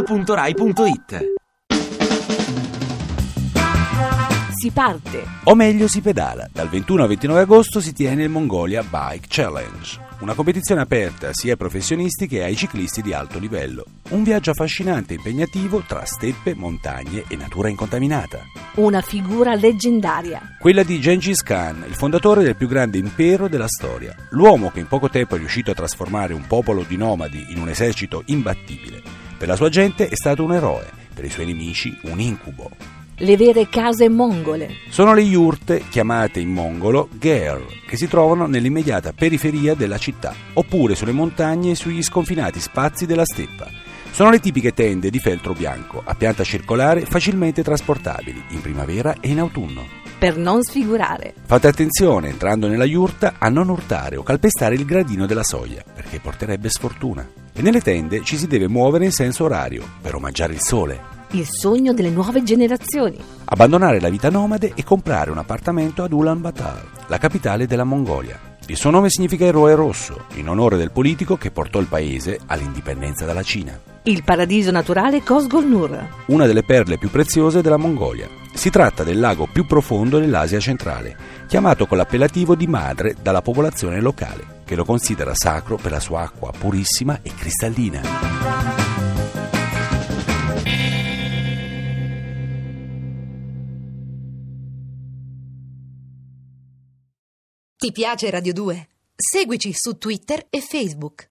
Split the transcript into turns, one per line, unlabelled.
radio2pod.rai.it
Si parte
O meglio si pedala. Dal 21 al 29 agosto si tiene il Mongolia Bike Challenge, una competizione aperta sia ai professionisti che ai ciclisti di alto livello. Un viaggio affascinante e impegnativo tra steppe, montagne e natura incontaminata.
una figura leggendaria.
Quella di Gengis Khan, il fondatore del più grande impero della storia, l'uomo che in poco tempo è riuscito a trasformare un popolo di nomadi in un esercito imbattibile. Per la sua gente è stato un eroe, per i suoi nemici un incubo.
Le vere case mongole.
Sono le yurte, chiamate in mongolo ger, che si trovano nell'immediata periferia della città, oppure sulle montagne e sugli sconfinati spazi della steppa. Sono le tipiche tende di feltro bianco, a pianta circolare, facilmente trasportabili, in primavera e in autunno.
Per non sfigurare.
Fate attenzione, entrando nella yurta, a non urtare o calpestare il gradino della soglia, perché porterebbe sfortuna. E nelle tende ci si deve muovere in senso orario, per omaggiare il sole.
Il sogno delle nuove generazioni.
abbandonare la vita nomade e comprare un appartamento ad Ulaanbaatar, la capitale della Mongolia. Il suo nome significa eroe rosso, in onore del politico che portò il paese all'indipendenza dalla Cina,
Il paradiso naturale Kosgol Nur.
una delle perle più preziose della Mongolia. Si tratta del lago più profondo dell'Asia centrale, chiamato con l'appellativo di madre dalla popolazione locale, che lo considera sacro per la sua acqua purissima e cristallina.
Ti piace Radio 2? Seguici su Twitter e Facebook.